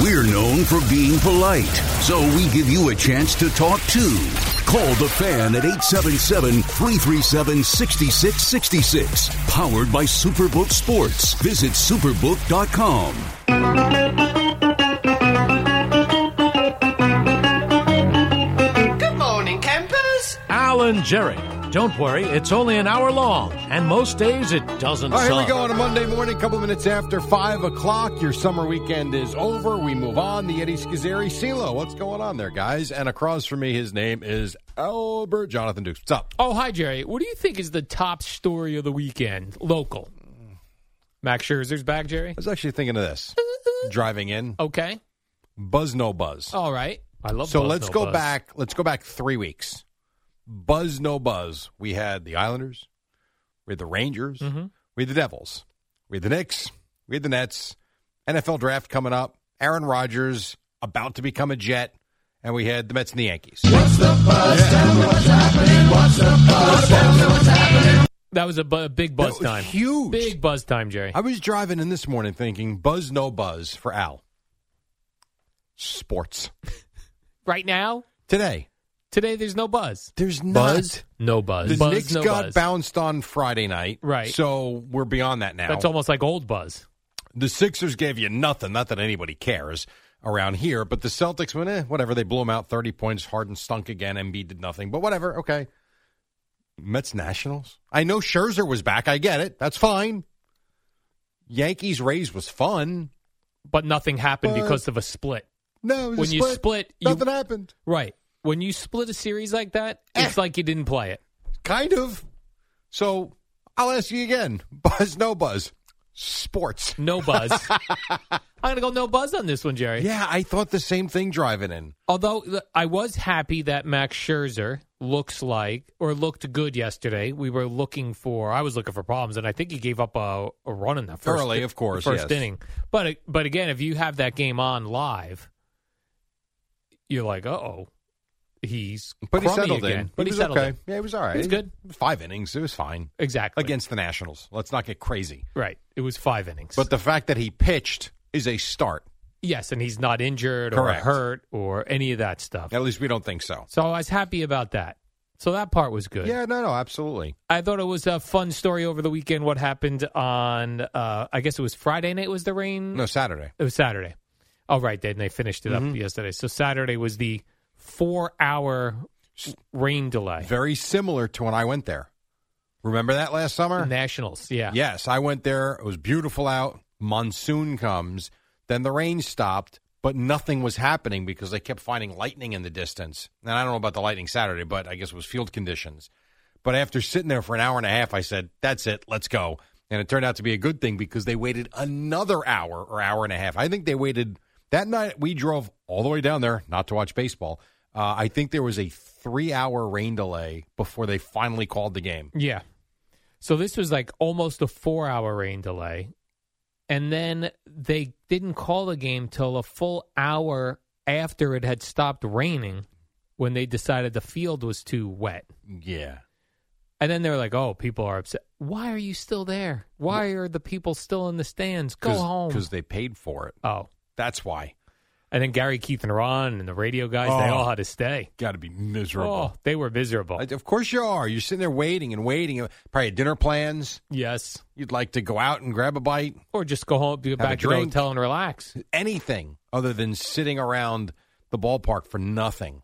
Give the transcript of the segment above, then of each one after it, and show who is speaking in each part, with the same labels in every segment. Speaker 1: We're known for being polite, so we give you a chance to talk too. Call the fan at 877 337 6666. Powered by Superbook Sports. Visit superbook.com.
Speaker 2: Good morning, campers.
Speaker 3: Alan Jerry. Don't worry, it's only an hour long, and most days it doesn't
Speaker 4: All right, here we
Speaker 3: suck.
Speaker 4: go on a Monday morning, couple minutes after five o'clock. Your summer weekend is over. We move on. The Eddie Schizzeri, CeeLo. What's going on there, guys? And across from me, his name is Albert Jonathan Dukes. What's up?
Speaker 5: Oh, hi, Jerry. What do you think is the top story of the weekend, local? Max Scherzer's back, Jerry.
Speaker 4: I was actually thinking of this driving in.
Speaker 5: Okay.
Speaker 4: Buzz, no buzz.
Speaker 5: All right. I love.
Speaker 4: so
Speaker 5: Buzz
Speaker 4: let's
Speaker 5: No
Speaker 4: go
Speaker 5: Buzz.
Speaker 4: back. Let's go back three weeks. Buzz, no buzz. We had the Islanders. We had the Rangers.
Speaker 5: Mm-hmm.
Speaker 4: We had the Devils. We had the Knicks. We had the Nets. NFL draft coming up. Aaron Rodgers about to become a Jet, and we had the Mets and the Yankees.
Speaker 5: That was a bu- big buzz
Speaker 4: That was
Speaker 5: time.
Speaker 4: huge.
Speaker 5: Big buzz time, Jerry.
Speaker 4: I was driving in this morning thinking, buzz, no buzz for Al. Sports
Speaker 5: Right now,
Speaker 4: today.
Speaker 5: today, there's no buzz.
Speaker 4: There's not.
Speaker 5: Buzz? No buzz.
Speaker 4: The
Speaker 5: buzz,
Speaker 4: Knicks
Speaker 5: no
Speaker 4: got
Speaker 5: buzz.
Speaker 4: bounced on Friday night,
Speaker 5: Right.
Speaker 4: So we're beyond that now.
Speaker 5: That's almost like old buzz.
Speaker 4: The Sixers gave you nothing. Not that anybody cares around here, but the Celtics went, eh, whatever. They blew them out 30 points. Harden stunk again. Embiid did nothing, but whatever. Okay. Mets Nationals. I know Scherzer was back. I get it. That's fine. Yankees Rays was fun.
Speaker 5: But nothing happened
Speaker 4: But-
Speaker 5: because of a split.
Speaker 4: No, it was a
Speaker 5: When you split, you-
Speaker 4: nothing happened.
Speaker 5: Right. When you split a series like that,
Speaker 4: Eh.
Speaker 5: it's like you didn't play it.
Speaker 4: Kind of. So I'll ask you again. Buzz, no buzz. Sports.
Speaker 5: No buzz. I'm gonna go no buzz on this one, Jerry.
Speaker 4: Yeah, I thought the same thing driving in.
Speaker 5: Although l- I was happy that Max Scherzer looks like or looked good yesterday. We were looking for I was looking for problems, and I think he gave up a, a run in the first
Speaker 4: Early, of course,
Speaker 5: the
Speaker 4: yes.
Speaker 5: first inning. But but again, if you have that game on live, you're like, uh oh, he's
Speaker 4: But he
Speaker 5: crummy
Speaker 4: settled
Speaker 5: again.
Speaker 4: in.
Speaker 5: But he,
Speaker 4: was
Speaker 5: settled
Speaker 4: okay.
Speaker 5: in.
Speaker 4: Yeah, he was all right.
Speaker 5: was good.
Speaker 4: Five innings. It was fine
Speaker 5: exactly
Speaker 4: against the Nationals. Let's not get crazy.
Speaker 5: Right, it was five innings.
Speaker 4: But the fact that he pitched is a start.
Speaker 5: yes, and he's not injured
Speaker 4: Correct.
Speaker 5: or hurt or any of that stuff.
Speaker 4: At least we don't think so.
Speaker 5: So I was happy about that. So that part was good.
Speaker 4: Yeah, no, no, absolutely.
Speaker 5: I thought it was a fun story over the weekend. What happened on? Uh, I guess it was Friday night. Was the rain?
Speaker 4: No, Saturday.
Speaker 5: it was Saturday. Oh, right. Then they finished it up yesterday. So Saturday was the four-hour rain delay.
Speaker 4: Very similar to when I went there. Remember that last summer?
Speaker 5: Nationals. Yeah.
Speaker 4: Yes, I went there. It was beautiful out. Monsoon comes. Then the rain stopped, but nothing was happening because they kept finding lightning in the distance. And I don't know about the lightning Saturday, but I guess it was field conditions. But after sitting there for an hour and a half, I said, that's it, let's go. And it turned out to be a good thing because they waited another hour or hour and a half. I think they waited that night. We drove all the way down there not to watch baseball. Uh, I think there was a three hour rain delay before they finally called the game.
Speaker 5: Yeah. So this was like almost a four-hour rain delay, and then they didn't call the game till a full hour after it had stopped raining, when they decided the field was too wet.
Speaker 4: Yeah.
Speaker 5: And then they were like, "Oh, people are upset. Why are you still there? Why are the people still in the stands? Go home."
Speaker 4: Because they paid for it.
Speaker 5: oh,
Speaker 4: That's why.
Speaker 5: and then Gary, Keith, and Ron and the radio guys—they
Speaker 4: Oh.
Speaker 5: all had to stay.
Speaker 4: Got to be
Speaker 5: Oh,
Speaker 4: miserable.
Speaker 5: they were miserable.
Speaker 4: Of course you are. You're sitting there waiting and waiting. Probably dinner plans.
Speaker 5: yes,
Speaker 4: You'd like to go out and grab a bite.
Speaker 5: or just go home, go
Speaker 4: a
Speaker 5: back to the
Speaker 4: drink.
Speaker 5: hotel and relax.
Speaker 4: Anything other than sitting around the ballpark for nothing.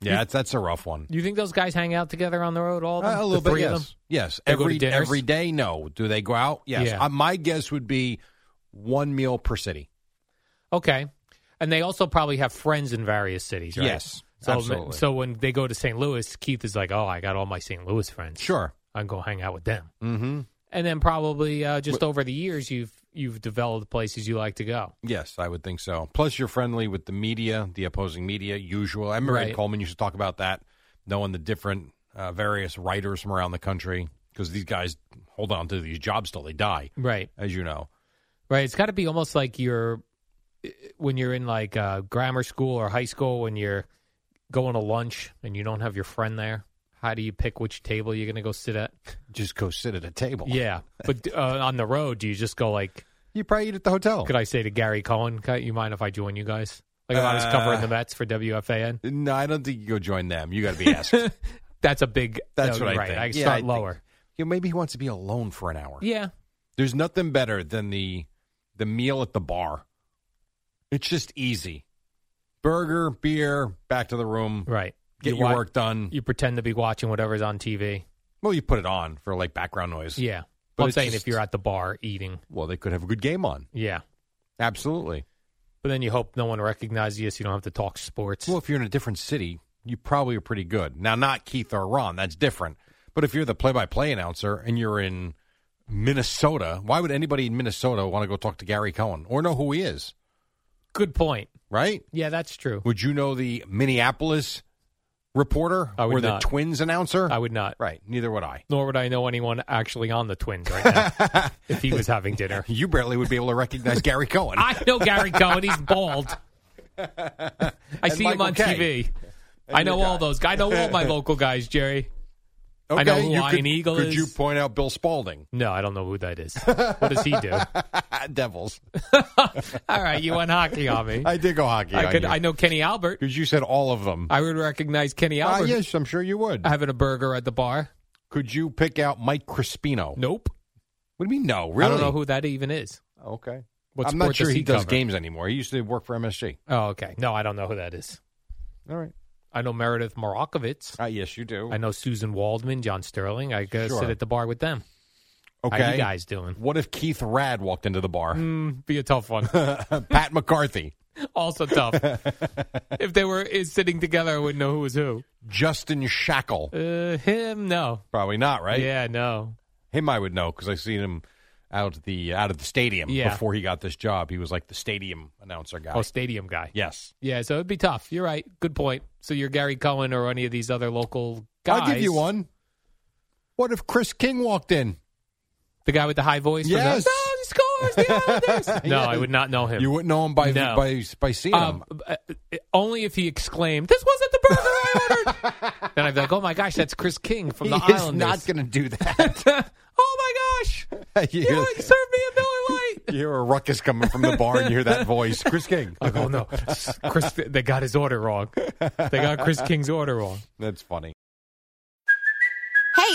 Speaker 4: Yeah, that's, that's a rough one.
Speaker 5: You think those guys hang out together on the road all the,
Speaker 4: Uh, a little bit,
Speaker 5: the three
Speaker 4: yes.
Speaker 5: of them?
Speaker 4: Yes.
Speaker 5: They go to
Speaker 4: Every
Speaker 5: dinners?
Speaker 4: every day, no. Do they go out? Yes.
Speaker 5: Yeah.
Speaker 4: Uh, my guess would be one meal per city.
Speaker 5: Okay. And they also probably have friends in various cities, right?
Speaker 4: Yes,
Speaker 5: So,
Speaker 4: absolutely.
Speaker 5: so when they go to St. Louis, Keith is like, "Oh, I got all my St. Louis friends.
Speaker 4: Sure.
Speaker 5: I can go hang out with them."
Speaker 4: Mm-hmm.
Speaker 5: And then probably uh, just over the years, you've you've developed places you like to go.
Speaker 4: Yes, I would think so. Plus, you're friendly with the media, the opposing media, usual. I remember Ed
Speaker 5: Right.
Speaker 4: Coleman used to talk about that, knowing the different uh, various writers from around the country, because these guys hold on to these jobs till they die,
Speaker 5: Right.
Speaker 4: as you know.
Speaker 5: Right. It's got to be almost like you're when you're in like uh, grammar school or high school when you're going to lunch and you don't have your friend there. How do you pick which table you're going to go sit at?
Speaker 4: Just go sit at a table.
Speaker 5: Yeah, but uh, on the road, do you just go like?
Speaker 4: You probably eat at the hotel.
Speaker 5: Could I say to Gary Cohen, "Can- "You mind if I join you guys?" Like if I was
Speaker 4: Uh.
Speaker 5: covering the Mets for WFAN,
Speaker 4: No, I don't think you go join them. You got to be asked. you
Speaker 5: that's a big.
Speaker 4: That's
Speaker 5: no,
Speaker 4: what I
Speaker 5: right.
Speaker 4: think.
Speaker 5: I
Speaker 4: Yeah, I
Speaker 5: start
Speaker 4: think-
Speaker 5: lower.
Speaker 4: know, maybe he wants to be alone for an hour.
Speaker 5: Yeah,
Speaker 4: There's nothing better than the the meal at the bar. It's just easy. Burger, beer, back to the room,
Speaker 5: right.
Speaker 4: get
Speaker 5: you
Speaker 4: your
Speaker 5: wa-
Speaker 4: work done.
Speaker 5: You pretend to be watching whatever's on TV.
Speaker 4: Well, you put it on for like background noise.
Speaker 5: Yeah,
Speaker 4: But
Speaker 5: I'm
Speaker 4: it's
Speaker 5: saying
Speaker 4: just-
Speaker 5: if you're at the bar eating,
Speaker 4: Well, they could have a good game on.
Speaker 5: yeah.
Speaker 4: Absolutely.
Speaker 5: But then you hope no one recognizes you, so you don't have to talk sports.
Speaker 4: Well, if you're in a different city, you probably are pretty good. Now, not Keith or Ron. That's different. But if you're the play-by-play announcer and you're in Minnesota, why would anybody in Minnesota want to go talk to Gary Cohen or know who he is?
Speaker 5: Good point.
Speaker 4: Right?
Speaker 5: Yeah, that's true.
Speaker 4: Would you know the Minneapolis reporter
Speaker 5: I would
Speaker 4: or the
Speaker 5: not.
Speaker 4: Twins announcer?
Speaker 5: I would not.
Speaker 4: Right. Neither would I.
Speaker 5: Nor would I know anyone actually on the Twins right now if he was having dinner.
Speaker 4: You barely would be able to recognize Gary Cohen.
Speaker 5: I know Gary Cohen. He's bald. I see him
Speaker 4: Michael
Speaker 5: on
Speaker 4: Kay.
Speaker 5: TV. I know
Speaker 4: your
Speaker 5: all
Speaker 4: guy.
Speaker 5: those guys. I know all my local guys, Jerry. I know who
Speaker 4: you
Speaker 5: Lion
Speaker 4: could,
Speaker 5: Eagle
Speaker 4: could
Speaker 5: is.
Speaker 4: you point out Bill Spalding?
Speaker 5: No, I don't know who that is. What does he do?
Speaker 4: Devils.
Speaker 5: All right, you went hockey on me.
Speaker 4: I did go hockey.
Speaker 5: I could. I know Kenny Albert.
Speaker 4: because you said all of them.
Speaker 5: I would recognize Kenny
Speaker 4: Ah,
Speaker 5: Albert
Speaker 4: yes, I'm sure you would.
Speaker 5: having a burger at the bar.
Speaker 4: Could you pick out Mike Crispino?
Speaker 5: Nope.
Speaker 4: What do you mean? No, really?
Speaker 5: I don't know who that even is.
Speaker 4: Okay.
Speaker 5: What
Speaker 4: I'm
Speaker 5: sport
Speaker 4: not sure
Speaker 5: does
Speaker 4: he,
Speaker 5: he
Speaker 4: does
Speaker 5: cover?
Speaker 4: games anymore. He used to work for MSG.
Speaker 5: Oh, okay. No, I don't know who that is.
Speaker 4: All right.
Speaker 5: I know Meredith Morakovitz.
Speaker 4: Ah, yes, you do.
Speaker 5: I know Susan Waldman, John Sterling. I go
Speaker 4: Sure.
Speaker 5: sit at the bar with them.
Speaker 4: okay.
Speaker 5: How you guys doing?
Speaker 4: What if Keith Rad walked into the bar?
Speaker 5: Mm. Be a tough one.
Speaker 4: Pat McCarthy,
Speaker 5: also tough. if they were is sitting together, I wouldn't know who was who.
Speaker 4: Justin Shackle.
Speaker 5: Uh, him, no.
Speaker 4: Probably not, right?
Speaker 5: Yeah, no.
Speaker 4: Him, I would know because I seen him out the out of the stadium
Speaker 5: Yeah.
Speaker 4: before he got this job. He was like the stadium announcer guy.
Speaker 5: Oh, stadium guy.
Speaker 4: yes.
Speaker 5: Yeah, so it'd be tough. You're right. Good point. So you're Gary Cohen or any of these other local guys.
Speaker 4: I'll give you one. What if Chris King walked in?
Speaker 5: The guy with the high voice. from the-
Speaker 4: Yes.
Speaker 5: no, he scores. The Islanders. no, I would not know him.
Speaker 4: You wouldn't know him by
Speaker 5: No.
Speaker 4: by by seeing him.
Speaker 5: Um, uh, uh, only if he exclaimed, "This wasn't the burger I ordered." then I'd be like, "Oh my gosh, that's Chris King from the
Speaker 4: he is
Speaker 5: Islanders."
Speaker 4: not going to do that.
Speaker 5: oh my gosh,
Speaker 4: you,
Speaker 5: you
Speaker 4: hear,
Speaker 5: like served me a Miller Lite.
Speaker 4: you hear a ruckus coming from the bar, and you hear that voice, Chris King.
Speaker 5: I go, no, Chris, they got his order wrong. They got Chris King's order wrong.
Speaker 4: That's funny.
Speaker 2: Hey,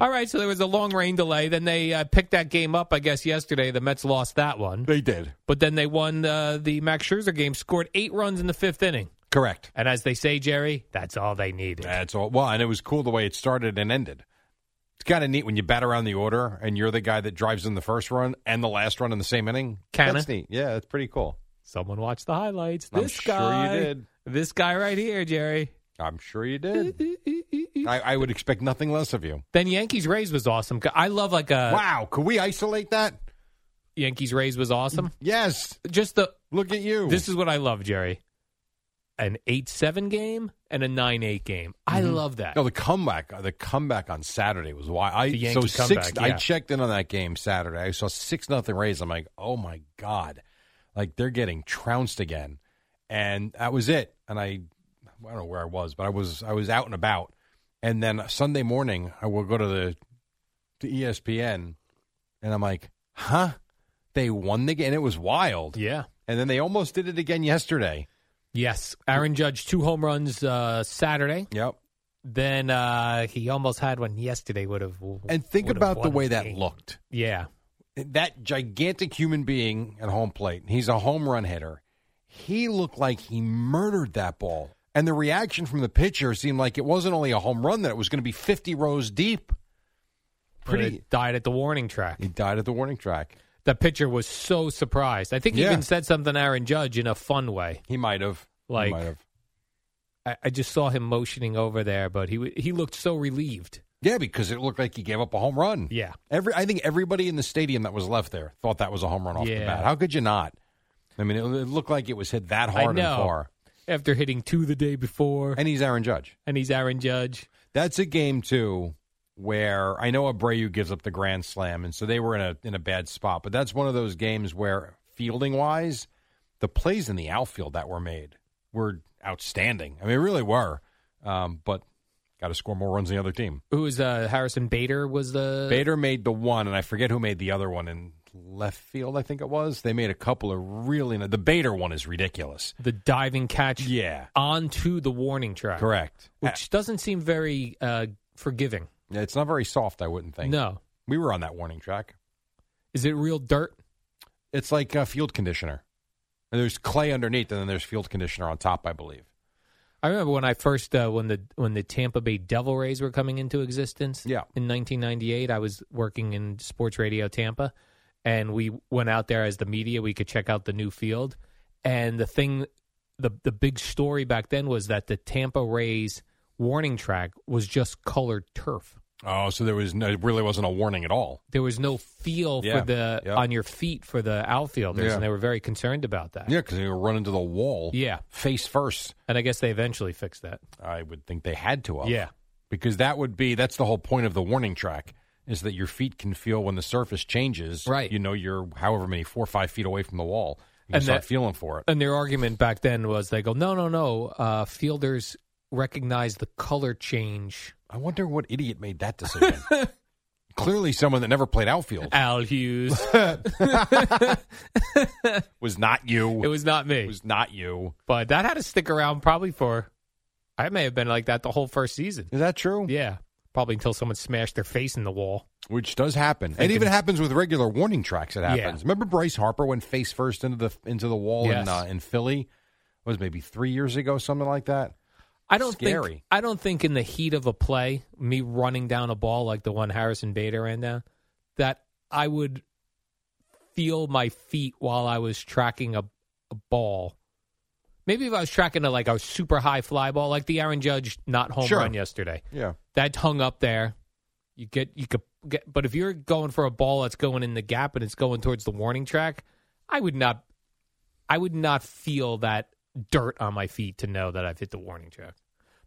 Speaker 5: All right, so there was a long rain delay. Then they uh, picked that game up, I guess, yesterday. The Mets lost that one,
Speaker 4: They did
Speaker 5: but then they won uh, the Max Scherzer game, scored eight runs in the fifth inning.
Speaker 4: correct.
Speaker 5: And as they say, Jerry, that's all they needed.
Speaker 4: That's all. Well, and it was cool the way it started and ended. It's kind of neat when you bat around the order, and you're the guy that drives in the first run and the last run in the same inning.
Speaker 5: Kinda.
Speaker 4: That's neat. Yeah, that's pretty cool.
Speaker 5: Someone watched the highlights.
Speaker 4: I'm
Speaker 5: This
Speaker 4: sure you
Speaker 5: guy,
Speaker 4: did.
Speaker 5: this guy right here, Jerry.
Speaker 4: I'm sure you did. I, I would expect nothing less of you.
Speaker 5: Then Yankees Rays was awesome. I love like a
Speaker 4: wow, could we isolate that?
Speaker 5: Yankees Rays was awesome.
Speaker 4: Yes.
Speaker 5: Just the
Speaker 4: Look at you.
Speaker 5: This is what I love, Jerry. An eight seven game and a nine eight game. I
Speaker 4: Mm-hmm.
Speaker 5: love that.
Speaker 4: No, the comeback, uh, the comeback on Saturday was why I
Speaker 5: The
Speaker 4: so
Speaker 5: Yankee
Speaker 4: six.
Speaker 5: comeback,
Speaker 4: I
Speaker 5: yeah.
Speaker 4: checked in on that game Saturday. I saw six nothing Rays. I'm like, oh my god, like they're getting trounced again, and that was it. And I, I don't know where I was, but I was I was out and about, and then Sunday E morning I will go to the to ESPN, and I'm like, huh, They won the game. It was wild.
Speaker 5: Yeah.
Speaker 4: And then they almost did it again yesterday.
Speaker 5: Yes. Aaron Judge, two home runs uh, Saturday.
Speaker 4: Yep.
Speaker 5: Then uh, he almost had one yesterday. Would have
Speaker 4: And think
Speaker 5: would've
Speaker 4: about the
Speaker 5: won
Speaker 4: way that
Speaker 5: game.
Speaker 4: looked.
Speaker 5: Yeah.
Speaker 4: That gigantic human being at home plate. He's a home run hitter. He looked like he murdered that ball. And the reaction from the pitcher seemed like it wasn't only a home run that it was going to be 50 rows deep.
Speaker 5: But
Speaker 4: Pretty
Speaker 5: it died at the warning track.
Speaker 4: He died at the warning track.
Speaker 5: The pitcher was so surprised. I think he
Speaker 4: Yeah.
Speaker 5: even said something to Aaron Judge in a fun way.
Speaker 4: He might have. He
Speaker 5: Like-
Speaker 4: might have.
Speaker 5: I, I just saw him motioning over there, but he w- he looked so relieved.
Speaker 4: Yeah, because it looked like he gave up a home run.
Speaker 5: Yeah.
Speaker 4: Every I think everybody in the stadium that was left there thought that was a home run off the
Speaker 5: Yeah.
Speaker 4: bat. How could you not? I mean, it, it looked like it was hit that
Speaker 5: I
Speaker 4: hard and
Speaker 5: know.
Speaker 4: far.
Speaker 5: After hitting two the day before, and,
Speaker 4: And he's Aaron Judge.
Speaker 5: he's Aaron Judge.
Speaker 4: That's a game too where I know Abreu gives up the grand slam, and so they were in a in a bad spot. But that's one of those games where fielding wise, the plays in the outfield that were made were outstanding. I mean, really were. Um, but got to score more runs than the other team.
Speaker 5: Who was uh, Harrison Bader? Was the
Speaker 4: Bader made the one, and I forget who made the other one in left field. I think it was. They made a couple of really. The Bader one is ridiculous.
Speaker 5: the diving catch
Speaker 4: Yeah,
Speaker 5: onto the warning track?
Speaker 4: correct.
Speaker 5: which doesn't seem very uh, forgiving.
Speaker 4: Uh, It's not very soft. I wouldn't think.
Speaker 5: No,
Speaker 4: we were on that warning track.
Speaker 5: is it real dirt?
Speaker 4: It's like uh, field conditioner. And there's clay underneath, and then there's field conditioner on top. I believe.
Speaker 5: I remember when I first uh, when the when the Tampa Bay Devil Rays were coming into existence.
Speaker 4: Yeah.
Speaker 5: in 1998, I was working in sports radio Tampa, and we went out there as the media. We could check out the new field, and the thing, the the big story back then was that the Tampa Rays warning track was just colored turf.
Speaker 4: Oh, so there was no. It really wasn't a warning at all.
Speaker 5: There was no feel
Speaker 4: Yeah,
Speaker 5: for the
Speaker 4: yeah.
Speaker 5: on your feet for the outfielders,
Speaker 4: Yeah.
Speaker 5: and they were very concerned about that.
Speaker 4: Yeah, because they were running to the wall.
Speaker 5: Yeah.
Speaker 4: face first.
Speaker 5: And I guess they eventually fixed that.
Speaker 4: I would think they had to. Have.
Speaker 5: Yeah.
Speaker 4: because that would be that's the whole point of the warning track is that your feet can feel when the surface changes.
Speaker 5: Right.
Speaker 4: You know, you're however many four or five feet away from the wall. You can
Speaker 5: And
Speaker 4: start
Speaker 5: that-
Speaker 4: feeling for it.
Speaker 5: And their argument back then was they go, no, no, no. Uh, fielders recognize the color change.
Speaker 4: I wonder what idiot made that decision. Clearly, someone that never played outfield
Speaker 5: Al Hughes.
Speaker 4: was not you.
Speaker 5: it was not
Speaker 4: It
Speaker 5: me.
Speaker 4: was not you.
Speaker 5: But that had to stick around probably for, I may have been like that the whole first season.
Speaker 4: Is that true?
Speaker 5: Yeah. Probably until someone smashed their face in the wall.
Speaker 4: Which does happen. it even happens with regular warning tracks. It happens.
Speaker 5: Yeah.
Speaker 4: Remember Bryce Harper went face first into the into the wall
Speaker 5: Yes.
Speaker 4: in uh, in Philly? It was maybe three years ago, something like that.
Speaker 5: I don't think
Speaker 4: Scary.
Speaker 5: I don't think in the heat of a play, me running down a ball like the one Harrison Bader ran down, that I would feel my feet while I was tracking a, a ball. Maybe if I was tracking a like a super high fly ball, like the Aaron Judge not home
Speaker 4: Sure.
Speaker 5: run yesterday,
Speaker 4: Yeah.
Speaker 5: that hung up there. You get you could get, but if you're going for a ball that's going in the gap and it's going towards the warning track, I would not, I would not feel that dirt on my feet to know that I've hit the warning track.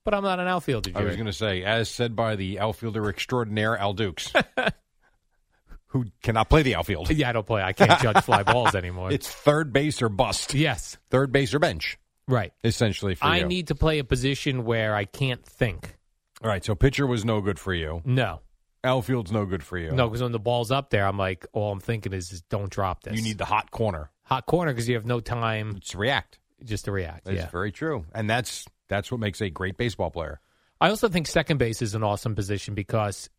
Speaker 5: But I'm not an outfielder.
Speaker 4: I was
Speaker 5: Jerry.
Speaker 4: going to say, as said by the outfielder extraordinaire Al Dukes, who cannot play the outfield.
Speaker 5: Yeah, I don't play. I can't judge fly balls anymore.
Speaker 4: It's third base or bust.
Speaker 5: yes,
Speaker 4: Third base or bench,
Speaker 5: right.
Speaker 4: essentially. For
Speaker 5: I
Speaker 4: you.
Speaker 5: need to play a position where I can't think.
Speaker 4: All right, so pitcher was no good for you.
Speaker 5: No,
Speaker 4: Outfield's no good for you.
Speaker 5: no, because when the ball's up there, I'm like, all I'm thinking is, is don't drop this.
Speaker 4: you need the hot corner.
Speaker 5: hot corner because you have no time
Speaker 4: It's react.
Speaker 5: just to react.
Speaker 4: That's
Speaker 5: yeah.
Speaker 4: very true, and that's that's what makes a great baseball player.
Speaker 5: I also think second base is an awesome position because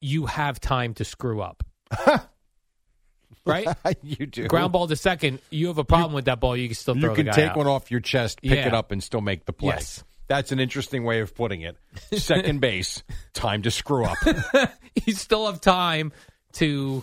Speaker 5: you have time to screw up. right?
Speaker 4: you do.
Speaker 5: Ground ball to second, you have a problem with that ball, you can still throw
Speaker 4: You
Speaker 5: the
Speaker 4: can
Speaker 5: guy
Speaker 4: take
Speaker 5: out.
Speaker 4: one off your chest, pick it
Speaker 5: Yeah.
Speaker 4: up, and still make the play.
Speaker 5: Yes.
Speaker 4: That's an interesting way of putting it. Second base, time to screw up.
Speaker 5: You still have time to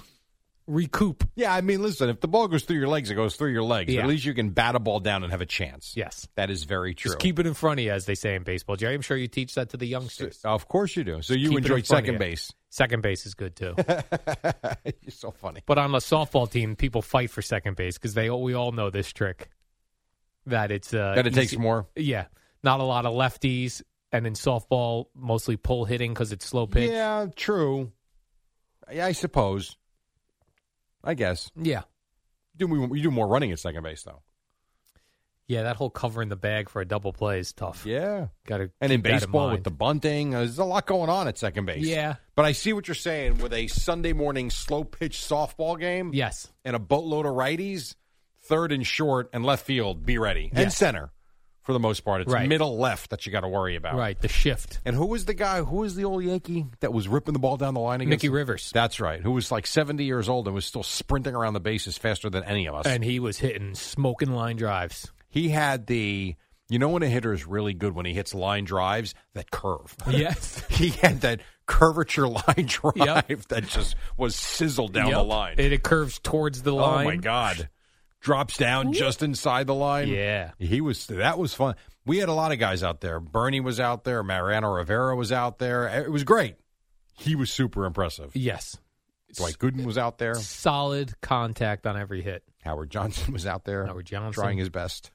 Speaker 5: recoup.
Speaker 4: Yeah, I mean, listen, if the ball goes through your legs, it goes through your legs.
Speaker 5: Yeah.
Speaker 4: At least you can bat a ball down and have a chance.
Speaker 5: Yes.
Speaker 4: That is very true.
Speaker 5: Just keep it in front of you, as they say in baseball. Jerry, I'm sure you teach that to the youngsters.
Speaker 4: of course you do. So
Speaker 5: Keep
Speaker 4: you
Speaker 5: it in
Speaker 4: enjoy
Speaker 5: front of
Speaker 4: second
Speaker 5: you.
Speaker 4: base.
Speaker 5: Second base is good too.
Speaker 4: You're so funny.
Speaker 5: but on a softball team, people fight for second base because they all- we all know this trick that it's uh,
Speaker 4: that it takes
Speaker 5: easy-
Speaker 4: more.
Speaker 5: Yeah, not a lot of lefties, and in softball, mostly pull hitting because it's slow pitch.
Speaker 4: Yeah, true. Yeah, I suppose. I guess.
Speaker 5: Yeah.
Speaker 4: You do, you do more running at second base, though.
Speaker 5: Yeah, that whole covering the bag for a double play is tough.
Speaker 4: Yeah.
Speaker 5: Got to
Speaker 4: And in baseball with the bunting, uh, there's a lot going on at second base.
Speaker 5: Yeah.
Speaker 4: But I see what you're saying with a Sunday morning slow pitch softball game
Speaker 5: Yes.
Speaker 4: and a boatload of righties, third and short and left field, be ready. And
Speaker 5: Yes.
Speaker 4: center for the most part. It's
Speaker 5: Right.
Speaker 4: middle left that you got to worry about.
Speaker 5: Right, the shift.
Speaker 4: And who was the guy? Who was the old Yankee that was ripping the ball down the line against
Speaker 5: Mickey Rivers.
Speaker 4: That's right. Who was like 70 years old and was still sprinting around the bases faster than any of us.
Speaker 5: And he was hitting smoking line drives.
Speaker 4: he had the, you know, when a hitter is really good when he hits line drives, that curve.
Speaker 5: Yes.
Speaker 4: he had that curvature line drive
Speaker 5: Yep.
Speaker 4: that just was sizzled down the
Speaker 5: Yep.
Speaker 4: line.
Speaker 5: It, it curves towards the
Speaker 4: oh
Speaker 5: line.
Speaker 4: my God. Drops down just inside the line.
Speaker 5: Yeah.
Speaker 4: He was that was fun. We had a lot of guys out there. Bernie was out there, Mariano Rivera was out there. It was great. He was super impressive.
Speaker 5: Yes.
Speaker 4: Dwight Gooden was out there.
Speaker 5: Solid contact on every hit.
Speaker 4: Howard Johnson was out there.
Speaker 5: Howard Johnson.
Speaker 4: trying his best.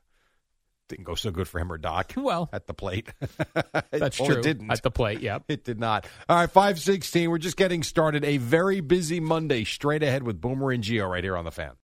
Speaker 4: Didn't go so good for him or Doc
Speaker 5: Well,
Speaker 4: at the plate.
Speaker 5: that's
Speaker 4: Well,
Speaker 5: true.
Speaker 4: It didn't.
Speaker 5: At the plate, yep.
Speaker 4: it did not. All right, five sixteen. We're just getting started. A very busy Monday straight ahead with Boomer and Geo right here on the fan.